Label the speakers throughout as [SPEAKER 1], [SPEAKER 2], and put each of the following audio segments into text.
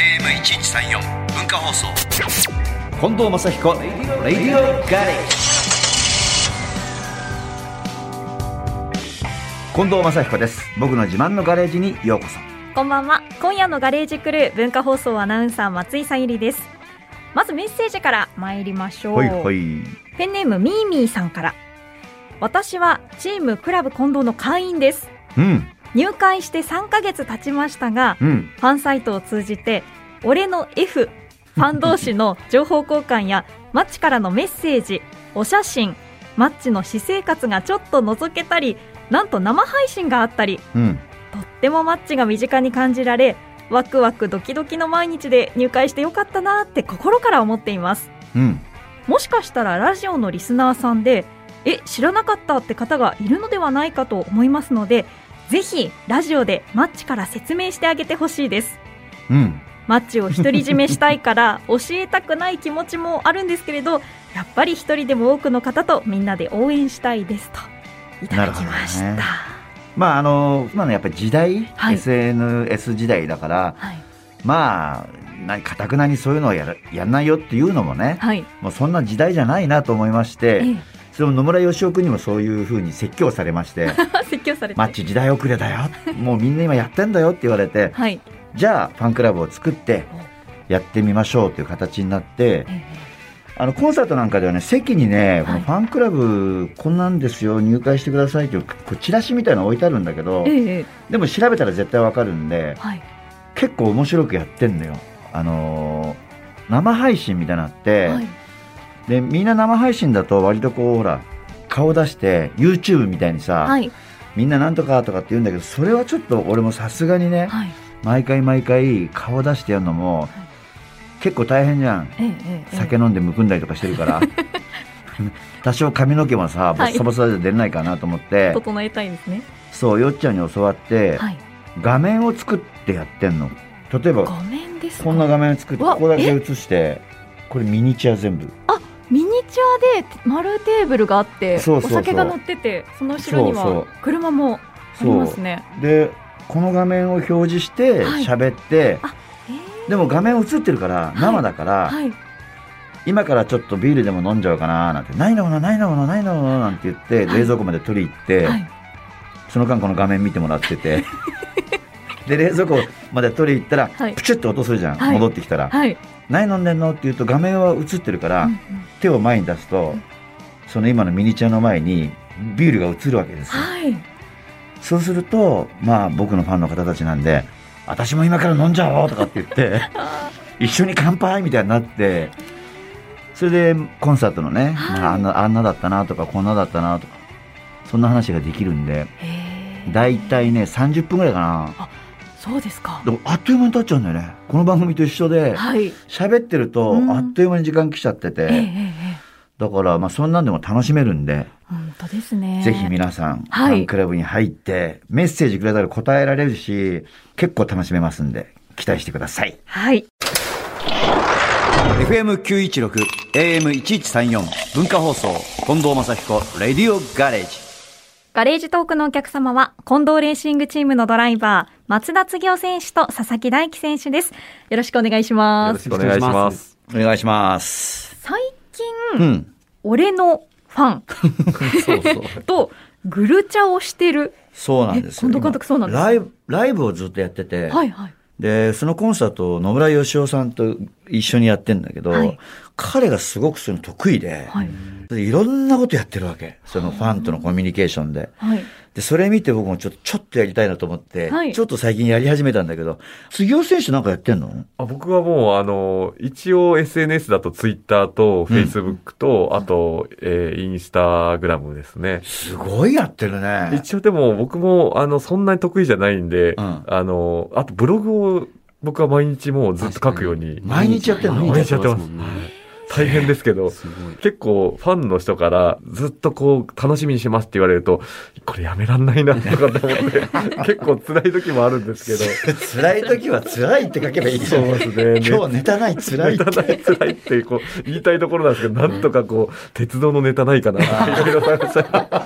[SPEAKER 1] FM1134 文化放送
[SPEAKER 2] 近藤正彦レディオガレージ近藤正彦です僕の自慢のガレージにようこそ
[SPEAKER 3] こんばんは。今夜のガレージクルー文化放送アナウンサー松井さゆりです。まずメッセージから参りましょう。
[SPEAKER 2] ほいほい
[SPEAKER 3] ペンネームミーミーさんから。私はチームクラブ近藤の会員です。
[SPEAKER 2] うん
[SPEAKER 3] 入会して3ヶ月経ちましたが、
[SPEAKER 2] うん
[SPEAKER 3] ファンサイトを通じて、俺の F、ファン同士の情報交 換や、マッチからのメッセージ、お写真、マッチの私生活がちょっと覗けたり、なんと生配信があったり、
[SPEAKER 2] うん
[SPEAKER 3] とってもマッチが身近に感じられワクワクドキドキの毎日で入会してよかったなって心から思っています
[SPEAKER 2] うん
[SPEAKER 3] もしかしたらラジオのリスナーさんでえ知らなかったって方がいるのではないかと思いますのでぜひラジオでマッチから説明してあげてほしいです
[SPEAKER 2] うん
[SPEAKER 3] マッチを独り占めしたいから 教えたくない気持ちもあるんですけれどやっぱり一人でも多くの方とみんなで応援したいですといただきました、
[SPEAKER 2] なるほどねまああの今のやっぱり時代、
[SPEAKER 3] はい
[SPEAKER 2] SNS 時代だから
[SPEAKER 3] はい、
[SPEAKER 2] まあ何かたくなにそういうのをやらやんないよっていうのもね
[SPEAKER 3] はい
[SPEAKER 2] もうそんな時代じゃないなと思いまし
[SPEAKER 3] え
[SPEAKER 2] て
[SPEAKER 3] え、
[SPEAKER 2] それも野村義雄君にもそういうふうに説教されまして
[SPEAKER 3] 説教されて
[SPEAKER 2] マッチ時代遅れだよもうみんな今やってんだよって言われて
[SPEAKER 3] はい
[SPEAKER 2] じゃあファンクラブを作ってやってみましょうという形になって
[SPEAKER 3] え
[SPEAKER 2] あのコンサートなんかではね席にねこ
[SPEAKER 3] は
[SPEAKER 2] の
[SPEAKER 3] い
[SPEAKER 2] ファンクラブこんなんですよ入会してくださいというこうチラシみたいなの置いてあるんだけど
[SPEAKER 3] えええ
[SPEAKER 2] でも調べたら絶対わかるんで
[SPEAKER 3] はい
[SPEAKER 2] 結構面白くやってんのよあのー生配信みたいなのあって、
[SPEAKER 3] はい
[SPEAKER 2] でみんな生配信だと割とこうほら顔出して YouTube みたいにさ、
[SPEAKER 3] はい
[SPEAKER 2] みんななんとかとかって言うんだけどそれはちょっと俺もさすがにね
[SPEAKER 3] はい
[SPEAKER 2] 毎回毎回顔出してやるのも結構大変じゃん
[SPEAKER 3] ええええ
[SPEAKER 2] 酒飲んでむくんだりとかしてるから 多少髪の毛もさボ
[SPEAKER 3] はい
[SPEAKER 2] ッサボサで出れないかなと思って、
[SPEAKER 3] 整えたいですね
[SPEAKER 2] そうよっちゃんに教わって、
[SPEAKER 3] はい
[SPEAKER 2] 画面を作ってやってんの例えば
[SPEAKER 3] 画面ですか
[SPEAKER 2] こんな画面を作って
[SPEAKER 3] うわ
[SPEAKER 2] ここだけ映してこれミニチュア全部
[SPEAKER 3] ミニチュアで丸テーブルがあって
[SPEAKER 2] そうそうそう
[SPEAKER 3] お酒が乗っててその後ろに
[SPEAKER 2] そうそ
[SPEAKER 3] は
[SPEAKER 2] う
[SPEAKER 3] 車もありますね
[SPEAKER 2] でこの画面を表示して
[SPEAKER 3] はい
[SPEAKER 2] 喋って、
[SPEAKER 3] え
[SPEAKER 2] でも画面映ってるから
[SPEAKER 3] い
[SPEAKER 2] 生だから、
[SPEAKER 3] えはい
[SPEAKER 2] 今からちょっとビールでも飲んじゃおうかななんて「ないのものないのものないのもの」なんて言って
[SPEAKER 3] はい
[SPEAKER 2] 冷蔵庫まで取り行って、
[SPEAKER 3] はい
[SPEAKER 2] その間この画面見てもらって てで冷蔵庫まで取り行ったら、
[SPEAKER 3] はい
[SPEAKER 2] プチュッと音するじゃん、
[SPEAKER 3] はい
[SPEAKER 2] 戻ってきたら「
[SPEAKER 3] はい
[SPEAKER 2] 何飲んでんの?」って言うと画面は映ってるから、
[SPEAKER 3] うんうん
[SPEAKER 2] 手を前に出すと
[SPEAKER 3] うん
[SPEAKER 2] その今のミニチュアの前にビールが映るわけですよ
[SPEAKER 3] はい
[SPEAKER 2] そうするとまあ僕のファンの方たちなんで「私も今から飲んじゃおう」とかって言 って
[SPEAKER 3] あ
[SPEAKER 2] 「一緒に乾杯」みたいになってそれでコンサートのね、
[SPEAKER 3] はい
[SPEAKER 2] まあ、あんなあんなだったなとかこんなだったなとかそんな話ができるんで
[SPEAKER 3] ーへー
[SPEAKER 2] 大体ね30分ぐらいかな
[SPEAKER 3] そうですか
[SPEAKER 2] でもあっという間に経っちゃうんだよねこの番組と一緒で
[SPEAKER 3] はい
[SPEAKER 2] 喋ってると
[SPEAKER 3] うん
[SPEAKER 2] あっという間に時間来ちゃって
[SPEAKER 3] ええ
[SPEAKER 2] て
[SPEAKER 3] えええ
[SPEAKER 2] だからまあそんなんでも楽しめるんで。
[SPEAKER 3] え本当ですね
[SPEAKER 2] ぜひ皆さん、
[SPEAKER 3] はい
[SPEAKER 2] ファンクラブに入って、メッセージくれたら答えられるし、結構楽しめますんで、期待してください。
[SPEAKER 3] はい。
[SPEAKER 2] FM916、AM1134、文化放送、近藤正彦、レディオガレージ。
[SPEAKER 3] ガレージトークのお客様は、近藤レーシングチームのドライバー、松田次夫選手と佐々木大輝選手です。よろしくお願いします。
[SPEAKER 4] よろしくお願いします。
[SPEAKER 2] お願いします。
[SPEAKER 3] 最近、
[SPEAKER 2] うん。
[SPEAKER 3] 俺のファン
[SPEAKER 4] そうそう。
[SPEAKER 3] とぐるチャをしてる。
[SPEAKER 2] そうなんですよ。
[SPEAKER 3] え近藤監督
[SPEAKER 2] 今
[SPEAKER 3] そうなんです
[SPEAKER 2] ライブ、ライブをずっとやってて、
[SPEAKER 3] はいはい。
[SPEAKER 2] で、そのコンサートを野村義雄さんと一緒にやってんだけど、
[SPEAKER 3] はい
[SPEAKER 2] 彼がすごくそういうの得意で、
[SPEAKER 3] はい。
[SPEAKER 2] でいろんなことやってるわけ。そのファンとのコミュニケーションで。
[SPEAKER 3] はい。
[SPEAKER 2] で、それ見て僕もちょっと、ちょっとやりたいなと思って、
[SPEAKER 3] はい
[SPEAKER 2] ちょっと最近やり始めたんだけど、杉尾選手なんかやってんの
[SPEAKER 4] あ僕はもう、あの、一応 SNS だと Twitter と Facebook と、あと、えー、インスタグラムですね。
[SPEAKER 2] すごいやってるね。
[SPEAKER 4] 一応でも僕も、あの、そんなに得意じゃないんで、
[SPEAKER 2] うん
[SPEAKER 4] あの、あとブログを僕は毎日もうずっと書くように。
[SPEAKER 2] 毎日やってんの
[SPEAKER 4] 毎日やってます。大変ですけど、
[SPEAKER 5] すごい。
[SPEAKER 4] 結構ファンの人からずっとこう楽しみにしますって言われると、これやめらんないなとかと思って、結構辛い時もあるんですけど、
[SPEAKER 2] 辛い時は辛いって書けばいいじゃん。
[SPEAKER 4] そうですね
[SPEAKER 2] 今日ネタない辛いっ
[SPEAKER 4] ネ
[SPEAKER 2] て
[SPEAKER 4] タ。ない辛いってこう言いたいところなんですけど、なんとかこう、鉄道のネタないかなっていろいろ探した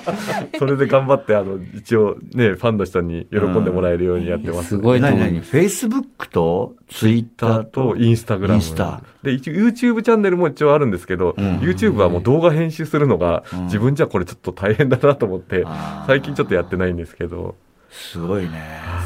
[SPEAKER 4] りそれで頑張って、あの、一応ね、ファンの人に喜んでもらえるようにやってます。
[SPEAKER 5] すごいと
[SPEAKER 2] 何
[SPEAKER 5] 思い
[SPEAKER 2] 何
[SPEAKER 5] ます。
[SPEAKER 2] フェイスブックとツイッ
[SPEAKER 4] インスタ
[SPEAKER 2] ター
[SPEAKER 4] と
[SPEAKER 2] と
[SPEAKER 4] インスタグラム。
[SPEAKER 2] インスタ
[SPEAKER 4] で、一応 YouTube チャンネルも一応あるんですけど、
[SPEAKER 2] うん
[SPEAKER 4] YouTube はもう動画編集するのが、
[SPEAKER 2] うん
[SPEAKER 4] 自分じゃこれちょっと大変だなと思って
[SPEAKER 2] あー、
[SPEAKER 4] 最近ちょっとやってないんですけど、
[SPEAKER 2] すごいね。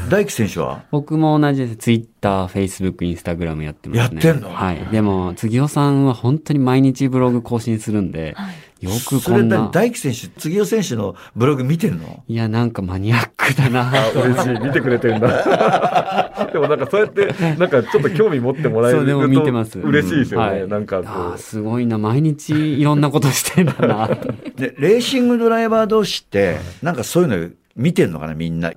[SPEAKER 2] 大輝選手は
[SPEAKER 5] 僕も同じです。ツイッター、フェイスブック、インスタグラムやってますね。
[SPEAKER 2] やってんの
[SPEAKER 5] はい。でも、杉尾さんは本当に毎日ブログ更新するんで、よく
[SPEAKER 2] そ
[SPEAKER 5] こ
[SPEAKER 2] れ
[SPEAKER 5] んな
[SPEAKER 2] 何。大輝選手、次尾選手のブログ見てんの
[SPEAKER 5] いや、なんかマニアックだな
[SPEAKER 4] あ嬉しい。見てくれてるんだ。でもなんかそうやって、なんかちょっと興味持ってもらえ
[SPEAKER 5] そう
[SPEAKER 4] る
[SPEAKER 5] で
[SPEAKER 4] と
[SPEAKER 5] も見てます。
[SPEAKER 4] 嬉しいですよね。
[SPEAKER 5] う
[SPEAKER 4] なんか
[SPEAKER 5] あ
[SPEAKER 4] こ
[SPEAKER 5] ー
[SPEAKER 4] う。
[SPEAKER 5] すごいな。毎日いろんなことしてんだなと。
[SPEAKER 2] で、レーシングドライバー同士って、なんかそういうの見てんのかな、みんな。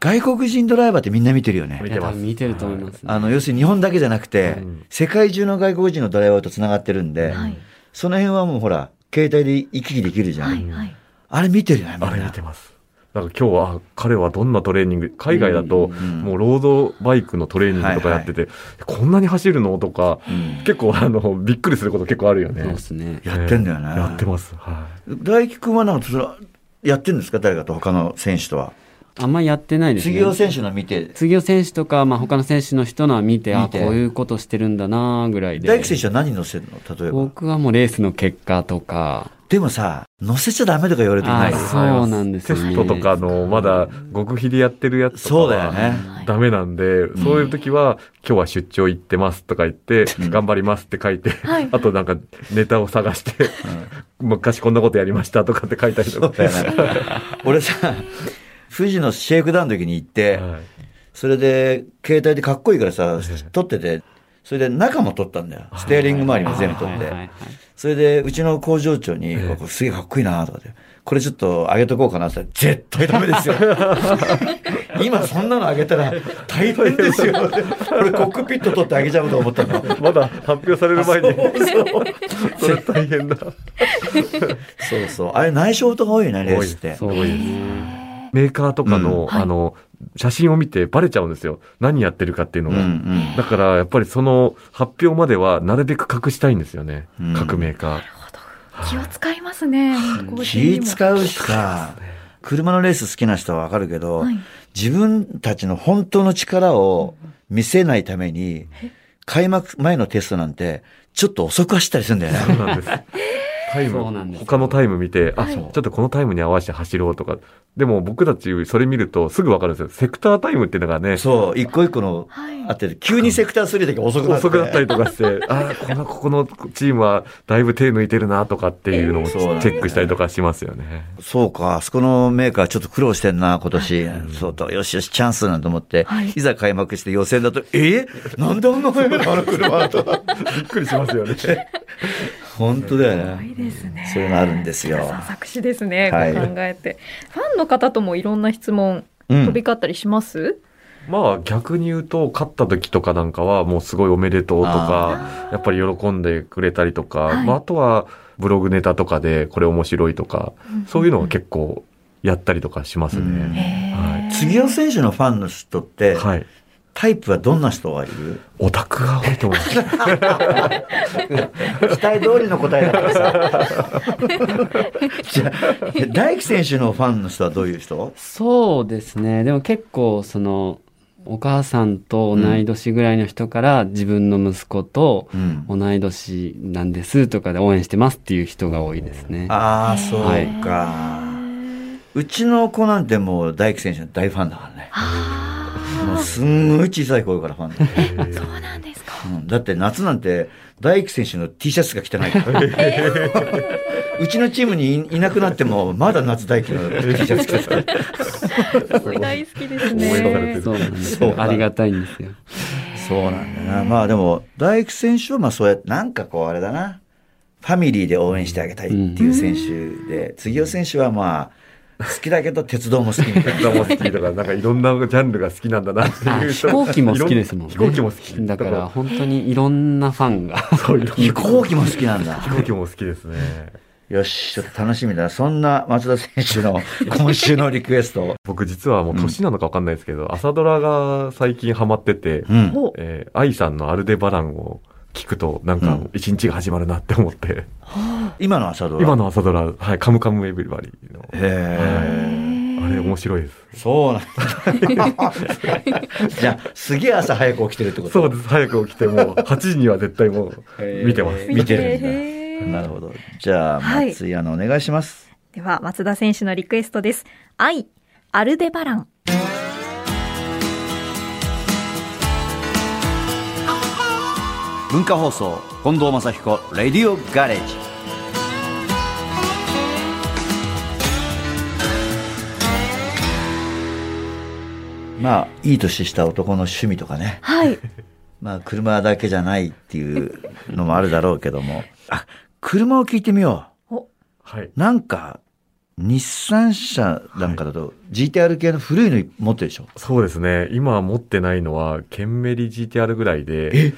[SPEAKER 2] 外国人ドライバーってみんな見てるよね
[SPEAKER 4] 見。
[SPEAKER 5] い
[SPEAKER 4] て
[SPEAKER 5] や、多
[SPEAKER 4] ます
[SPEAKER 5] 分見てると思いますね。
[SPEAKER 2] あの、要するに日本だけじゃなくて、
[SPEAKER 4] うん
[SPEAKER 2] 世界中の外国人のドライバーと繋がってるんで、
[SPEAKER 3] はい
[SPEAKER 2] その辺はもうほら、携帯で行き来できるじゃん。
[SPEAKER 3] はいはい
[SPEAKER 2] あれ見てるよね、みんな。
[SPEAKER 4] あれ見てます。なんか今日は、あ彼はどんなトレーニング、海外だと、
[SPEAKER 2] ん
[SPEAKER 4] もうロードバイクのトレーニングとかやってて、こんなに走るのとか、結構あの、びっくりすること結構あるよね。
[SPEAKER 5] そうですね。
[SPEAKER 2] やってんだよね。
[SPEAKER 4] やってます。は
[SPEAKER 2] 大輝くんはなんかそれはやってるんですか誰かと他の選手とは。
[SPEAKER 5] あんまやってないですね。
[SPEAKER 2] 杉尾選手の見て、
[SPEAKER 5] 杉尾選手とか、まあ、他の選手の人のは見て、あ、
[SPEAKER 2] 見
[SPEAKER 5] こ
[SPEAKER 2] て
[SPEAKER 5] ういうことしてるんだなぐらいで。
[SPEAKER 2] 大輝選手は何乗せるの例えば。
[SPEAKER 5] 僕はもうレースの結果とか、
[SPEAKER 2] でもさ、乗せちゃダメとか言われてない
[SPEAKER 5] あ
[SPEAKER 2] よ。
[SPEAKER 5] そうなんです
[SPEAKER 4] テ
[SPEAKER 5] ね。
[SPEAKER 4] ストとかの、まだ、極秘でやってるやつとか
[SPEAKER 2] そう
[SPEAKER 4] は
[SPEAKER 2] だよね。
[SPEAKER 4] ダメなんで、そういう時は、今日は出張行ってますとか言って、頑張りますって書いて、
[SPEAKER 3] はい
[SPEAKER 4] あとなんかネタを探して、昔こんなことやりましたとかって書いたりと
[SPEAKER 2] そうだ
[SPEAKER 4] か。
[SPEAKER 2] よね。 俺さ、富士のシェイクダウンの時に行って、
[SPEAKER 4] はい
[SPEAKER 2] それで、携帯でかっこいいからさ、撮ってて、それで中も撮ったんだよ。ステーリング周りも全部撮
[SPEAKER 5] は
[SPEAKER 2] っ
[SPEAKER 5] いはいは
[SPEAKER 2] て
[SPEAKER 5] い。
[SPEAKER 2] それで、うちの工場長に、ここすげえかっこいいなとかって、これちょっと上げとこうかなって言ったら絶対ダメです よ。今そんなの上げたら大変ですよ。俺コックピット取って上げちゃうと思ったの。
[SPEAKER 4] まだ発表される前に。それ大変だ。
[SPEAKER 2] そうそう。あれ内緒とが多いね、レースって。
[SPEAKER 5] そうですね。
[SPEAKER 4] メーカーとかの、
[SPEAKER 3] はい
[SPEAKER 4] あの、写真を見てバレちゃうんですよ。何やってるかっていうの
[SPEAKER 2] うん
[SPEAKER 4] が。
[SPEAKER 2] うん。
[SPEAKER 4] だから、やっぱりその発表までは、なるべく隠したいんですよね。
[SPEAKER 2] うん
[SPEAKER 4] 各メーカー。
[SPEAKER 3] 気を使いますね。
[SPEAKER 2] 気
[SPEAKER 3] う。
[SPEAKER 2] 使うしさ、車のレース好きな人はわかるけど、
[SPEAKER 3] はい
[SPEAKER 2] 自分たちの本当の力を見せないために、開幕前のテストなんて、ちょっと遅く走ったりするんだよ
[SPEAKER 4] そう
[SPEAKER 2] ね。
[SPEAKER 4] なんです。タイ
[SPEAKER 5] そうなんで
[SPEAKER 4] ム、
[SPEAKER 5] す
[SPEAKER 4] 他のタイム見て、あ、
[SPEAKER 3] はい
[SPEAKER 4] ちょっとこのタイムに合わせて走ろうとか。でも僕たちそれ見るとすぐわかるんですよ。セクタータイムっていうのがね、
[SPEAKER 2] そう、一個一個の
[SPEAKER 3] はい、
[SPEAKER 2] あって、急にセクター3だけ遅くなって。
[SPEAKER 4] 遅くなったりとかして、あ、この、ここのチームはだいぶ手抜いてるなとかっていうのもチ
[SPEAKER 2] そうだ
[SPEAKER 4] ェ
[SPEAKER 2] ね
[SPEAKER 4] ックしたりとかしますよね。
[SPEAKER 2] そうか、あそこのメーカーちょっと苦労してんな、今年。そうと、よしよし、チャンスなんて思って、
[SPEAKER 3] はい
[SPEAKER 2] い、ざ開幕して予選だと、えなんであんな速いのあの車と。
[SPEAKER 4] びっくりしますよね。
[SPEAKER 2] 本当だよ
[SPEAKER 3] いい
[SPEAKER 2] ね。
[SPEAKER 3] ですね。
[SPEAKER 2] そういうのあるんですよ。
[SPEAKER 3] さん作詞ですね、
[SPEAKER 2] はい
[SPEAKER 3] こう考えて。ファンの方ともいろんな質問
[SPEAKER 2] うん
[SPEAKER 3] 飛び交ったりします、
[SPEAKER 4] まあ逆に言うと、勝った時とかなんかはもうすごいおめでとうとか、やっぱり喜んでくれたりとか、
[SPEAKER 3] はい
[SPEAKER 4] まああとはブログネタとかでこれ面白いとか、そういうのは結構やったりとかします
[SPEAKER 2] うん
[SPEAKER 4] ね。はい
[SPEAKER 2] 杉尾選手のファンの人って、
[SPEAKER 4] はい。
[SPEAKER 2] タイプはどんな人がいる
[SPEAKER 4] オタクが多いと思います。
[SPEAKER 2] 期待通りの答えだからさ。 じゃあ、大輝選手のファンの人はどういう人
[SPEAKER 5] そうですね。でも結構、その、お母さんと同い年ぐらいの人から、自分の息子と
[SPEAKER 2] うん。
[SPEAKER 5] 同い年なんですとかで応援してますっていう人が多いですね。
[SPEAKER 2] ああ、そう
[SPEAKER 5] はい
[SPEAKER 2] か。うちの子なんてもう大輝選手の大ファンだからね。もうすんごい小さい頃からファンだよ、
[SPEAKER 3] そうなんです か。
[SPEAKER 2] うんだって夏なんて大輝選手の T シャツが汚いから。 うちのチームにいいなくなっても、まだ夏大輝の T シャツ着てた。
[SPEAKER 3] すごい大好きですね。
[SPEAKER 4] 応援されてる
[SPEAKER 5] そうなんです
[SPEAKER 2] そう
[SPEAKER 5] よ。ありがたいんですよ。
[SPEAKER 2] そうなんだな。まあでも、大工選手はまあそうやって、なんかこうあれだな。ファミリーで応援してあげたいっていう選手で、杉尾選手はまあ、好きだけど鉄道も好き みたいな
[SPEAKER 4] ザモスキーとか、なんかいろんなジャンルが好きなん だなって
[SPEAKER 5] あ
[SPEAKER 4] いう
[SPEAKER 5] 飛
[SPEAKER 4] 人。
[SPEAKER 5] 行機も好きですもんね。
[SPEAKER 4] いろ飛行機も好き。
[SPEAKER 5] だから、本当にいろんなファンが。
[SPEAKER 4] そういう飛
[SPEAKER 2] 飛行機も好きなんだ
[SPEAKER 4] 行機も好きですね。
[SPEAKER 2] よしちょっと楽しみだそんな松田選手の今週のリクエストを
[SPEAKER 4] 僕実はもう年なのか分かんないですけど、朝ドラが最近ハマってて、
[SPEAKER 2] うん
[SPEAKER 3] お
[SPEAKER 4] えー、愛さんのアルデバランを聞くと、なん
[SPEAKER 2] う
[SPEAKER 4] か
[SPEAKER 2] ん
[SPEAKER 4] 一日が始まるなって思って、
[SPEAKER 2] 今の朝ドラ
[SPEAKER 4] 今の朝ドラ、はい、カムカムエヴリバリーの、
[SPEAKER 2] へえ
[SPEAKER 4] あれ面白いです。
[SPEAKER 2] そうなんだじゃあすげえ朝早く起きてるってこと
[SPEAKER 4] そうです。早く起きて、 もう8時には絶対もう見てます。
[SPEAKER 2] 見てるんだ
[SPEAKER 3] へー
[SPEAKER 2] なるほどじゃあ
[SPEAKER 3] はい
[SPEAKER 2] 松井アナお願いします、
[SPEAKER 3] では、松田選手のリクエストです。愛、アルデバラン。
[SPEAKER 2] 文化放送近藤正彦「レディオガレージ」まあいい年した男の趣味とかね
[SPEAKER 3] はい。
[SPEAKER 2] まあ車だけじゃないっていうのもあるだろうけども あ車を聞いてみよ
[SPEAKER 3] お、
[SPEAKER 4] はい。
[SPEAKER 2] うなんか日産車なんかだと GTR 系の古いの持ってるでしょ、
[SPEAKER 4] そうですね。今持ってないのは、ケンメリ GTR ぐらいで、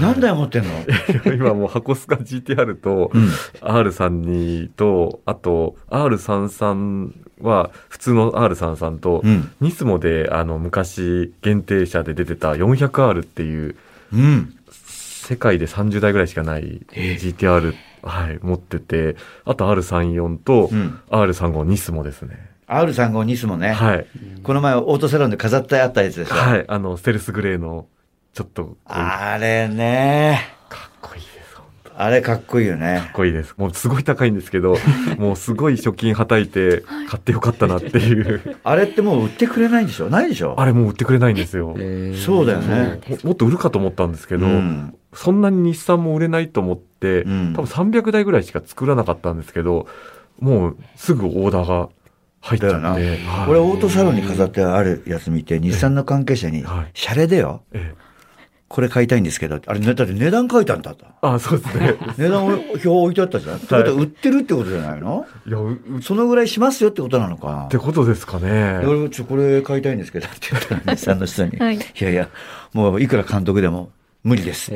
[SPEAKER 2] 何台持ってんの、
[SPEAKER 4] 今もう箱スカ GTR と
[SPEAKER 2] う、ん
[SPEAKER 4] R32 と、あと R33 は普通の R33 と、
[SPEAKER 2] うん
[SPEAKER 4] ニスモであの昔限定車で出てた 400R っていう
[SPEAKER 2] うん
[SPEAKER 4] 世界で30台ぐらいしかない
[SPEAKER 2] え
[SPEAKER 4] GTR、はい、持ってて、あと R34 と
[SPEAKER 2] うん
[SPEAKER 4] R35 ニスモですね。
[SPEAKER 2] R35 ニスもね、
[SPEAKER 4] はい。
[SPEAKER 2] この前オートサロンで飾ってあったやつでしょ、
[SPEAKER 4] はい。あの、ステルスグレーの、ちょっとこう、かっ
[SPEAKER 2] あれね
[SPEAKER 4] こいいです。本当
[SPEAKER 2] あれかっこいいよね
[SPEAKER 4] かっこいいです。もうすごい高いんです けど、もうすごい貯金はたいて、買ってよかったなっ ていう。
[SPEAKER 2] あれってもう売ってくれないんでしょないでしょ
[SPEAKER 4] あれもう売ってくれないんですよ。
[SPEAKER 2] そうだよね
[SPEAKER 4] ももっと売るかと思ったんですけど、
[SPEAKER 2] うん
[SPEAKER 4] そんなに日産も売れないと思って、
[SPEAKER 2] うん
[SPEAKER 4] 多分300台ぐらいしか作らなかったんですけど、もうすぐオーダーが入っちゃ
[SPEAKER 2] だよな
[SPEAKER 4] って、はい
[SPEAKER 2] 俺オートサロンに飾ってあるやつ見て日産の関係者に
[SPEAKER 4] はい
[SPEAKER 2] 「シャレでよ
[SPEAKER 4] ええ
[SPEAKER 2] これ買いたいんですけど」あれねだって値段書いてあったんだ
[SPEAKER 4] あ、そうです ね。
[SPEAKER 2] 値段表置いてあったじゃんってことは売ってるってことじゃないの
[SPEAKER 4] いや、ううっ
[SPEAKER 2] そのぐらいしますよってことなのかな
[SPEAKER 4] てことですかね
[SPEAKER 2] で。俺ちょこれ買いたいんですけどって言ったら日産の人に「
[SPEAKER 3] はい
[SPEAKER 2] いやいやもういくら監督でも無理です」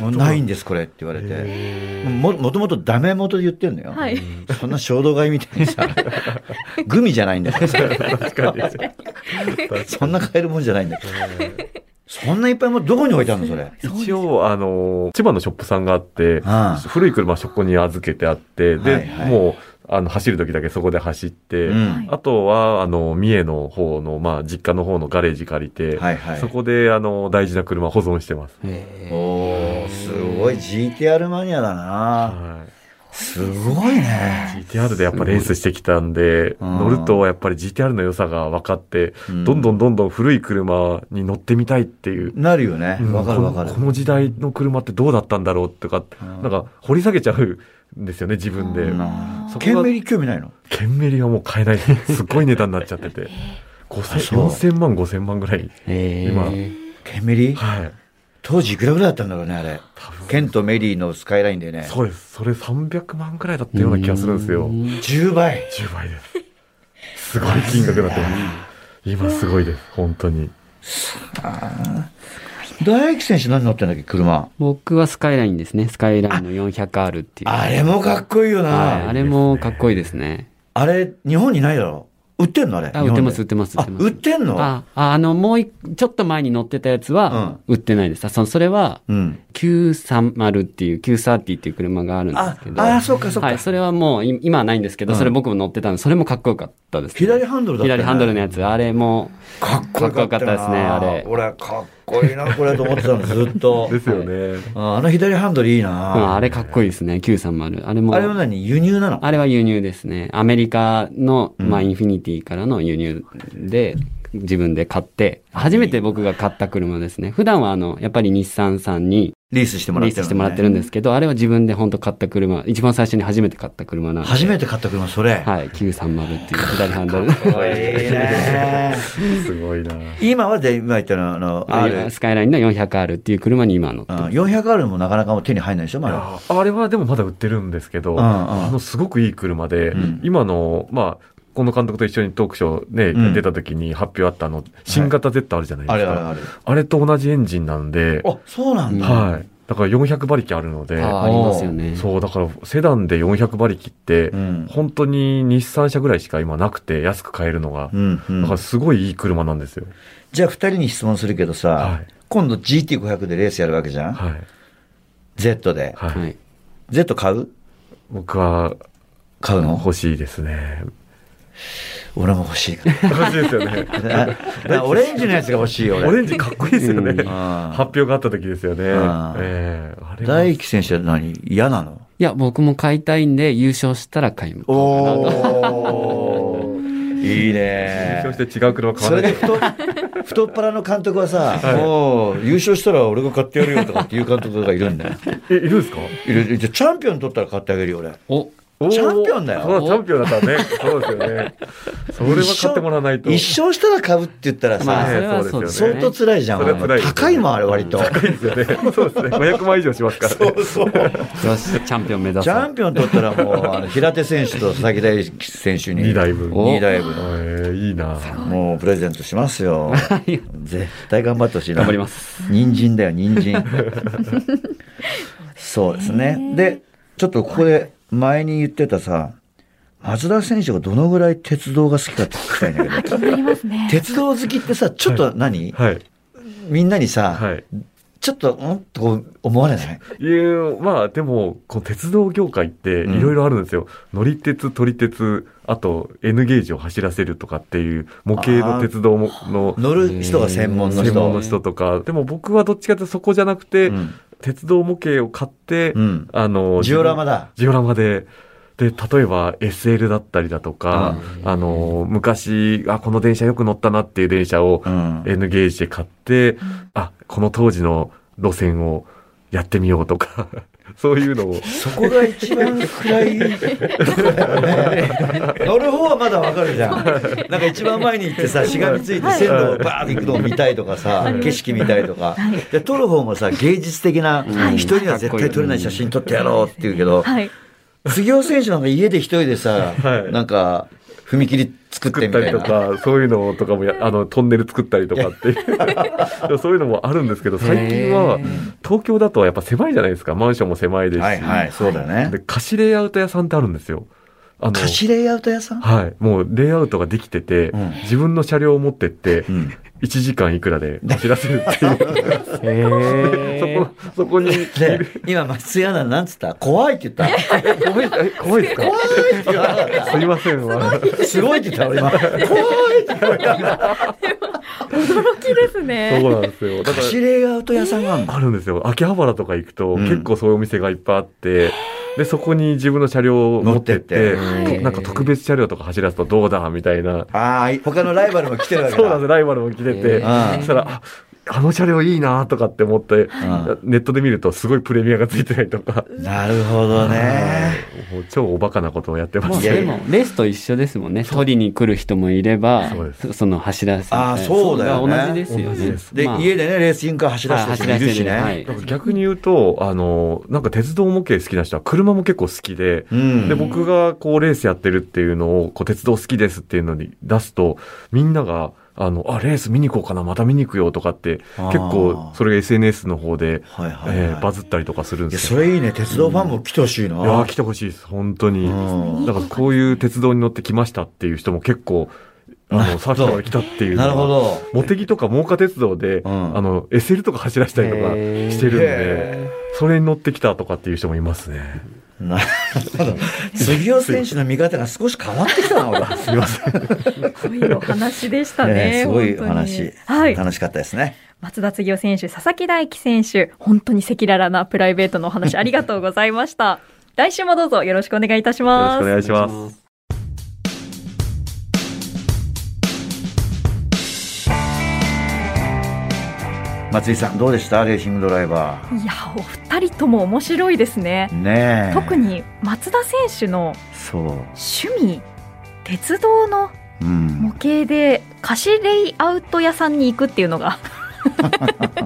[SPEAKER 2] もうないんですこれって言われてももともとダメ元で言ってるのよ、
[SPEAKER 3] はい。
[SPEAKER 2] そんな衝動買いみたいにさグミじゃないんだから
[SPEAKER 4] 確かに。確かに
[SPEAKER 2] そんな買えるもんじゃないんだからそんないっぱいもうどこに置いてあるのそれ
[SPEAKER 4] 一応、あの、千葉のショップさんがあって、
[SPEAKER 2] ああ
[SPEAKER 4] 古い車そこに預けてあって、で、
[SPEAKER 2] はいはい
[SPEAKER 4] もう、あの、走る時だけそこで走って、
[SPEAKER 2] うん
[SPEAKER 3] はい
[SPEAKER 4] あとは、あの、三重の方の、まあ、実家の方のガレージ借りて、
[SPEAKER 2] はいはい
[SPEAKER 4] そこで、あの、大事な車保存してます。
[SPEAKER 2] おーすごい GTR マニアだな
[SPEAKER 4] は
[SPEAKER 2] すごい
[SPEAKER 4] い、
[SPEAKER 2] ね
[SPEAKER 4] GTR でやっぱレースしてきたんで、
[SPEAKER 2] うん
[SPEAKER 4] 乗るとやっぱり GTR の良さが分かって、
[SPEAKER 2] うん
[SPEAKER 4] どんどんどんどん古い車に乗ってみたいっていう。
[SPEAKER 2] なるよね
[SPEAKER 4] うん
[SPEAKER 2] わかるわかる
[SPEAKER 4] このこの時代の車ってどうだったんだろうとか、
[SPEAKER 2] うん
[SPEAKER 4] なんか掘り下げちゃうんですよね、自分で。
[SPEAKER 2] な
[SPEAKER 4] そこ
[SPEAKER 2] ケ
[SPEAKER 4] が
[SPEAKER 2] ンメリ興味ないの
[SPEAKER 4] ケンメリはもう買えないです。すっごい値段になっちゃっ てて。5000
[SPEAKER 2] そう
[SPEAKER 4] 4000万、5000万ぐらい。今
[SPEAKER 2] ケンメリ
[SPEAKER 4] はい。
[SPEAKER 2] 当時いくらぐらいだったんだろうねあれケンとメリーのスカイラインでね
[SPEAKER 4] そうです。それ300万ぐらいだったような気がするんですよ。
[SPEAKER 2] 10倍
[SPEAKER 4] 10倍です。すごい金額だと 思う。今すごいです。本当に。
[SPEAKER 2] 大輝選手何乗ってんだっけ車
[SPEAKER 5] 僕はスカイラインですね。スカイラインの 400R っていう。
[SPEAKER 2] あれもかっこいいよな、
[SPEAKER 5] はいあれもかっこいいですね。
[SPEAKER 2] あれ、日本にないだろ売ってんのあれ。
[SPEAKER 5] あ、売ってます、
[SPEAKER 2] 日
[SPEAKER 5] 売ってます、売
[SPEAKER 2] 本
[SPEAKER 5] って
[SPEAKER 2] で
[SPEAKER 5] ま
[SPEAKER 2] あ、
[SPEAKER 5] す。
[SPEAKER 2] 売ってんの
[SPEAKER 5] あ、ああの、もういちょっと前に乗ってたやつは、売ってないです。あそのそれは、
[SPEAKER 2] うん。
[SPEAKER 5] 930っていう、930っていう車があるんです
[SPEAKER 2] あ
[SPEAKER 5] け、ど。
[SPEAKER 2] あ、そうかそう
[SPEAKER 5] は
[SPEAKER 2] か
[SPEAKER 5] い、。それはもうい今はないんですけど、
[SPEAKER 2] うん
[SPEAKER 5] それ僕も乗ってたんで、それもかっこよかったです、ね。
[SPEAKER 2] 左ハンドルだったよね
[SPEAKER 5] 左ハンドルのやつ、あれも、
[SPEAKER 2] かっこよかった
[SPEAKER 5] かっこよかったですねあれ
[SPEAKER 2] 俺、かっこいいな、これと思ってたの、ずっ と
[SPEAKER 4] で。すよね。
[SPEAKER 2] ああの左ハンドルいい
[SPEAKER 5] うんあ
[SPEAKER 2] な。
[SPEAKER 5] れかっこいいですね、930。あれも、
[SPEAKER 2] あれは何輸入なの
[SPEAKER 5] あれは輸入ですね。アメリカの、まあ、インフィニティからの輸入で、自分で買って、初めて僕が買った車ですね。普段はあの、やっぱり日産さんに
[SPEAKER 2] リースしてもら
[SPEAKER 5] リ
[SPEAKER 2] っ
[SPEAKER 5] ー
[SPEAKER 2] てるのね
[SPEAKER 5] スしてもらってるんですけど、あれは自分で本当買った車、一番最初に初めて買った車なんで。
[SPEAKER 2] 初めて買った車それ、
[SPEAKER 5] はい、930っていう左ハンドル。
[SPEAKER 2] いい ね
[SPEAKER 4] すごいな。
[SPEAKER 2] 今はで今言ったのあの R
[SPEAKER 5] スカイラインの 400R っていう車に今乗ってます。
[SPEAKER 2] 400R もなかなかもう手に入らないでしょまだ
[SPEAKER 4] ああれはでもまだ売ってるんですけ
[SPEAKER 2] う
[SPEAKER 4] ど、
[SPEAKER 2] んうん
[SPEAKER 4] あのすごくいい車で、
[SPEAKER 2] うん
[SPEAKER 4] 今の、まあ、この監督と一緒にトークショーね、
[SPEAKER 2] うん
[SPEAKER 4] 出た時に発表あったあの、新型 Z あるじゃない
[SPEAKER 2] あ
[SPEAKER 4] で
[SPEAKER 2] れ
[SPEAKER 4] すか。
[SPEAKER 2] あれあれ
[SPEAKER 4] あれと同じエンジンなんで、
[SPEAKER 2] あそうなんだ、
[SPEAKER 4] はい。だから400馬力あるので、
[SPEAKER 5] あーありますよね。
[SPEAKER 4] そう、だからセダンで400馬力って、
[SPEAKER 2] うん
[SPEAKER 4] 本当に日産車ぐらいしか今なくて、安く買えるのが。
[SPEAKER 2] うんうん
[SPEAKER 4] だからすごいいい車なんですよ。
[SPEAKER 2] じゃあ2人に質問するけどさ、
[SPEAKER 4] はい
[SPEAKER 2] 今度 GT500 でレースやるわけじゃん、
[SPEAKER 4] はい。
[SPEAKER 2] Z で、
[SPEAKER 4] はい。
[SPEAKER 5] はい。
[SPEAKER 2] Z 買う
[SPEAKER 4] 僕は
[SPEAKER 2] 買うの
[SPEAKER 4] 欲しいで すね。
[SPEAKER 2] 俺も欲しい
[SPEAKER 4] 欲しいですよね。
[SPEAKER 2] あオレンジのやつが欲しいよ
[SPEAKER 4] オ
[SPEAKER 2] 俺
[SPEAKER 4] レンジかっこいいですよね。
[SPEAKER 5] うん
[SPEAKER 4] 発表があった時ですよね。
[SPEAKER 2] あー
[SPEAKER 4] ええあれは
[SPEAKER 2] 大輝選手は何嫌なの
[SPEAKER 5] いや、僕も買いたいんで、優勝したら買います。
[SPEAKER 2] おー いいね
[SPEAKER 4] 優勝して違う車買
[SPEAKER 2] そ
[SPEAKER 4] わ
[SPEAKER 2] れ
[SPEAKER 4] な
[SPEAKER 2] が
[SPEAKER 4] いと。
[SPEAKER 2] 太っ太っ腹の監督はさ、もう優勝したら俺が買ってやるよとかっていう監督がいるんだよ。
[SPEAKER 4] え、いるんですか
[SPEAKER 2] いるじゃあチャンピオン取ったら買ってあげるよ俺。
[SPEAKER 5] お、
[SPEAKER 4] おー
[SPEAKER 2] チャンピオンだよ
[SPEAKER 4] そうチャンピオンだったらね。そうですよね。それは買ってもらわないと。
[SPEAKER 2] 一生したら買うって言ったらさ、
[SPEAKER 5] まあ、そ
[SPEAKER 4] ね
[SPEAKER 5] れはそうですよ
[SPEAKER 2] 相
[SPEAKER 5] ね。
[SPEAKER 2] 当辛いじゃん。
[SPEAKER 4] それは辛いです
[SPEAKER 2] 高いもんあれ割と。
[SPEAKER 4] 高いです よね。そうですね。500万以上しますからね。
[SPEAKER 5] よし、チャンピオン目指
[SPEAKER 2] チ
[SPEAKER 5] そう。
[SPEAKER 2] ャンピオン取ったらもうあの平手選手と佐々木大輝選手に
[SPEAKER 4] 二台分
[SPEAKER 2] 二台分
[SPEAKER 4] えーいいな。
[SPEAKER 2] もうプレゼントしますよ。絶対頑張ってほしいな。
[SPEAKER 5] 頑張ります。
[SPEAKER 2] 人参だよ、人 参。そうですね。で、ちょっとここで前に言ってたさ、松田選手がどのぐらい鉄道が好きかって聞きたいんだけど、
[SPEAKER 3] ありますね。
[SPEAKER 2] 鉄道好きってさ、ちょっと何、
[SPEAKER 4] はい。
[SPEAKER 2] みんなにさ、
[SPEAKER 4] はい。
[SPEAKER 2] ちょっと、んとこう思われない
[SPEAKER 4] いう、まあでも、この鉄道業界っていろいろあるんですよ。乗り鉄、撮り鉄、あと N ゲージを走らせるとかっていう模型の鉄道もの
[SPEAKER 2] 乗る人が専門の
[SPEAKER 4] 専門の
[SPEAKER 2] 人。
[SPEAKER 4] 人とか、でも僕はどっちかというとそこじゃなくて、
[SPEAKER 2] うん
[SPEAKER 4] 鉄道模型を買って、
[SPEAKER 2] うん
[SPEAKER 4] あの、
[SPEAKER 2] ジオラマだ。
[SPEAKER 4] ジオラマで、で、例えば SL だったりだとか、あの、昔、あ、この電車よく乗ったなっていう電車を
[SPEAKER 2] うん
[SPEAKER 4] N ゲージで買って、あ、この当時の路線をやってみようとか、 そういうのを。
[SPEAKER 2] そこが一番暗 いとこだよね。乗る方はまだわかるじゃん。なんか一番前に行ってさ、しがみついて線路をバーって行くのを見たいとかさ、景色見たいとか。で、撮る方もさ、芸術的な、
[SPEAKER 5] ん
[SPEAKER 2] 一人には絶対撮れない写真撮ってやろうって言うけど、
[SPEAKER 3] はい。
[SPEAKER 2] 杉尾選手なんか家で一人でさ、
[SPEAKER 4] はい
[SPEAKER 2] なんか、踏切作っ
[SPEAKER 4] 作
[SPEAKER 2] て
[SPEAKER 4] っ
[SPEAKER 2] み
[SPEAKER 4] た
[SPEAKER 2] た
[SPEAKER 4] り
[SPEAKER 2] い
[SPEAKER 4] と
[SPEAKER 2] な。
[SPEAKER 4] か、そういうのとかもや、あの、トンネル作ったりとかっていうで もそういうのもあるんですけど、最近は
[SPEAKER 5] へー、
[SPEAKER 4] 東京だとやっぱ狭いじゃないですか。マンションも狭いですし。
[SPEAKER 2] はいはい、そうだね
[SPEAKER 4] で、。貸しレイアウト屋さんってあるんですよ。あの、
[SPEAKER 2] 貸しレイアウト屋さん
[SPEAKER 4] はい。もうレイアウトができてて、
[SPEAKER 2] うん
[SPEAKER 4] 自分の車両を持ってって、
[SPEAKER 2] うん
[SPEAKER 4] 1時間いくらで走らせるって いう。
[SPEAKER 5] へ
[SPEAKER 4] そこ、そこにいる。
[SPEAKER 2] で、今松屋なんなんつった怖いって言った。
[SPEAKER 4] え怖い、え怖いですか
[SPEAKER 2] 怖いって言わなかった。
[SPEAKER 4] すいません。
[SPEAKER 2] すごいって言った俺今。
[SPEAKER 3] 驚きですね。
[SPEAKER 4] そうなんですよ。だか
[SPEAKER 2] 貸し
[SPEAKER 4] ら、
[SPEAKER 2] レイアウト屋さんがあるの
[SPEAKER 4] あるんですよ。秋葉原とか行くと、
[SPEAKER 2] うん
[SPEAKER 4] 結構そういうお店がいっぱいあって、で、そこに自分の車両を持ってって、
[SPEAKER 2] 乗
[SPEAKER 5] ってって
[SPEAKER 4] となんか特別車両とか走らすとどうだみたいな。
[SPEAKER 2] ああ、他のライバルも来てるわけだ。
[SPEAKER 4] そうなんですライバルも来てて、
[SPEAKER 5] へー
[SPEAKER 4] そしたら、ああの車両いいなとかって思って、ネットで見るとすごいプレミアがついてないとか、
[SPEAKER 2] なるほどね。
[SPEAKER 4] もう超おバカなことをやってま
[SPEAKER 5] もう
[SPEAKER 4] す
[SPEAKER 5] でも、レースと一緒ですもんね。取りに来る人もいれば
[SPEAKER 4] そうで、す
[SPEAKER 5] そその走らせて
[SPEAKER 2] あーそうだよね
[SPEAKER 5] 同じですよ
[SPEAKER 4] 同じ
[SPEAKER 5] ね
[SPEAKER 4] で。す
[SPEAKER 2] で、
[SPEAKER 5] まあ
[SPEAKER 2] 家でね、レースインカー走らせてる人いるしね。
[SPEAKER 5] はい
[SPEAKER 4] なんか逆に言うと、あの、なんか鉄道模型好きな人は車も結構好きで、
[SPEAKER 2] うん
[SPEAKER 4] で、僕がこうレースやってるっていうのを、こう鉄道好きですっていうのに出すと、みんなが、あの、あ、レース見に行こうかな、また見に行くよとかって、
[SPEAKER 2] あー
[SPEAKER 4] 結構それが SNS の方で、
[SPEAKER 2] はいはいはい
[SPEAKER 4] えーバズったりとかするん
[SPEAKER 2] い
[SPEAKER 4] で
[SPEAKER 2] や、
[SPEAKER 4] すよ。
[SPEAKER 2] それいいね。鉄道ファンも来てほしいな。
[SPEAKER 4] いやー、来てほしいです、本当に。
[SPEAKER 2] うん
[SPEAKER 4] だからこういう鉄道に乗ってきましたっていう人も結構、あの、サーキュから来たっていうの
[SPEAKER 2] な
[SPEAKER 4] が。
[SPEAKER 2] るほど。
[SPEAKER 4] 茂木とか真岡鉄道で、
[SPEAKER 2] うん
[SPEAKER 4] あの SL とか走らせたりとかしてる
[SPEAKER 2] へ
[SPEAKER 4] んで、それに乗ってきたとかっていう人もいますね。
[SPEAKER 2] なるほど。杉尾選手の見方が少し変わってきたな、俺。 すいません。
[SPEAKER 3] すごいお話で したね。
[SPEAKER 2] すごいお
[SPEAKER 3] 本当に
[SPEAKER 2] 話。
[SPEAKER 3] はい。
[SPEAKER 2] 楽しかったですね。
[SPEAKER 3] 松田次夫選手、佐々木大輝選手、本当に赤裸々なプライベートのお話ありがとうございました。来週もどうぞよろしくお願いいたし
[SPEAKER 4] よろ
[SPEAKER 3] ま
[SPEAKER 4] しくお
[SPEAKER 3] す。
[SPEAKER 4] 願いします。
[SPEAKER 5] す。
[SPEAKER 2] 松井さんどうでしたレーシングドライバ
[SPEAKER 3] いやお二人とも面白いですね
[SPEAKER 2] ー。ねえ
[SPEAKER 3] 特に松田選手の
[SPEAKER 2] そ
[SPEAKER 3] 趣味鉄道の
[SPEAKER 2] う、うん、
[SPEAKER 3] 模型で貸しレイアウト屋さんに行くっていうのが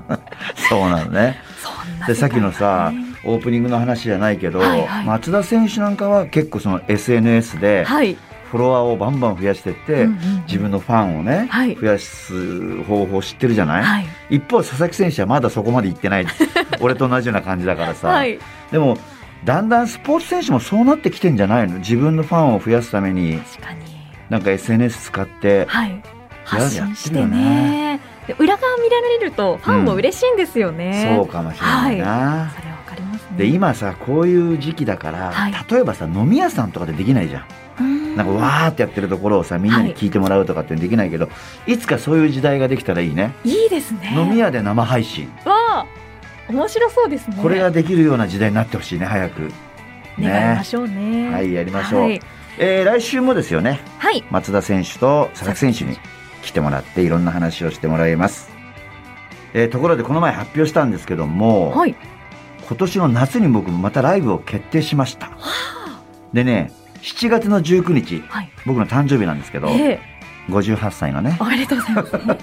[SPEAKER 2] そうなのね
[SPEAKER 3] そんな
[SPEAKER 2] で
[SPEAKER 3] 世
[SPEAKER 2] さっ
[SPEAKER 3] 界
[SPEAKER 2] き
[SPEAKER 3] が
[SPEAKER 2] のさ
[SPEAKER 3] ね
[SPEAKER 2] オープニングの話じゃないけど、
[SPEAKER 3] はいはい
[SPEAKER 2] 松田選手なんかは結構その SNS で
[SPEAKER 3] はい、
[SPEAKER 2] フォロワーをバンバン増やしてって、
[SPEAKER 3] うんうん
[SPEAKER 2] 自分のファンをね、
[SPEAKER 3] はい
[SPEAKER 2] 増やす方法を知ってるじゃない、
[SPEAKER 3] はい
[SPEAKER 2] 一方佐々木選手はまだそこまで行って ない俺と同じような感じだからさ、
[SPEAKER 3] はい
[SPEAKER 2] でもだんだんスポーツ選手もそうなってきてんじゃないの自分のファンを増やすために
[SPEAKER 3] 確かに
[SPEAKER 2] なんか SNS 使って
[SPEAKER 3] はい発信して
[SPEAKER 2] やってるよ
[SPEAKER 3] ね
[SPEAKER 2] ね
[SPEAKER 3] で裏側見られるとファンも嬉しいんですよね、
[SPEAKER 2] そうかもしれないな、
[SPEAKER 3] それわかりますね
[SPEAKER 2] で今さこういう時期だから、
[SPEAKER 3] はい
[SPEAKER 2] 例えばさ飲み屋さんとかでできないじゃん
[SPEAKER 3] うん
[SPEAKER 2] なんかわーってやってるところをさみんなに聞いてもらうとかってできないけど、い、つかそういう時代ができたらいいね、
[SPEAKER 3] いいですね
[SPEAKER 2] 飲み屋で生配信
[SPEAKER 3] わあ面白そうですね
[SPEAKER 2] これができるような時代になってほしいね早く
[SPEAKER 3] 願いま
[SPEAKER 2] ね
[SPEAKER 3] しょうね
[SPEAKER 2] はいやりましょう
[SPEAKER 3] はい、
[SPEAKER 2] えー来週もですよね
[SPEAKER 3] はい
[SPEAKER 2] 松田選手と佐々木選手に来てもらっていろんな話をしてもらいます、えーところでこの前発表したんですけども、
[SPEAKER 3] はい
[SPEAKER 2] 今年の夏に僕またライブを決定しましたでね7月の19日
[SPEAKER 3] はい
[SPEAKER 2] 僕の誕生日なんですけど、
[SPEAKER 3] ええ
[SPEAKER 2] 58歳のね、
[SPEAKER 3] おめでとうございます、ね、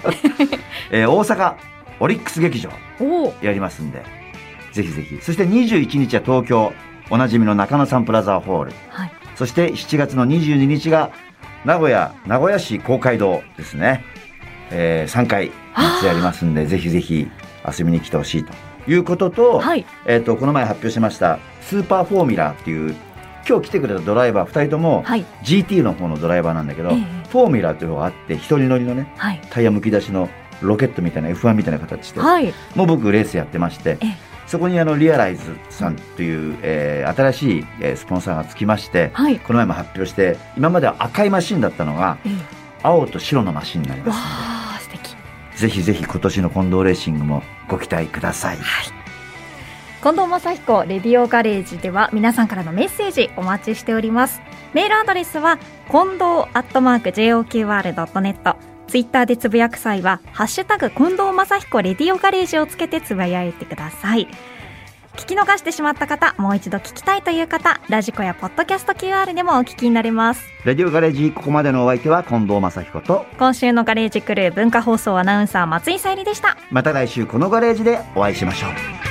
[SPEAKER 2] えー大阪オリックス劇場
[SPEAKER 3] おお
[SPEAKER 2] やりますんでぜひぜひそして21日は東京おなじみの中野サンプラザホール
[SPEAKER 3] はい
[SPEAKER 2] そして7月の22日が名古屋名古屋市公会堂ですね、え3回夏やりますんでぜひぜひ遊びに来てほしいということと,、
[SPEAKER 3] はい
[SPEAKER 2] えー、とこの前発表しましたスーパーフォーミュラーっていう今日来てくれたドライバー2人とも
[SPEAKER 3] はい
[SPEAKER 2] GT の方のドライバーなんだけど、
[SPEAKER 3] ええ
[SPEAKER 2] フォーミュラーという方があって一人乗りのね
[SPEAKER 3] はい
[SPEAKER 2] タイヤむき出しのロケットみたいな F1 みたいな形で、
[SPEAKER 3] はい
[SPEAKER 2] もう僕レースやってまして
[SPEAKER 3] ええ
[SPEAKER 2] そこにあのリアライズさんという、えー新しいえースポンサーがつきまして
[SPEAKER 3] はい
[SPEAKER 2] この前も発表して今までは赤いマシンだったのが
[SPEAKER 3] ええ
[SPEAKER 2] 青と白のマシンになりま
[SPEAKER 3] わ
[SPEAKER 2] す
[SPEAKER 3] あ素敵
[SPEAKER 2] ぜひぜひ今年の近藤レーシングもご期待ください
[SPEAKER 3] 近藤正彦レディオガレージでは皆さんからのメッセージお待ちしておりますメールアドレスは近藤アットマーク JOQR.net ツイッターでつぶやく際は「ハッシュタグ近藤正彦レディオガレージ」をつけてつぶやいてください聞き逃してしまった方もう一度聞きたいという方ラジコやポッドキャスト QR でもお聞きになれます
[SPEAKER 2] レディオガレージここまでのお相手は近藤正彦と
[SPEAKER 3] 今週のガレージクルー文化放送アナウンサー松井さゆりでした
[SPEAKER 2] また来週このガレージでお会いしましょう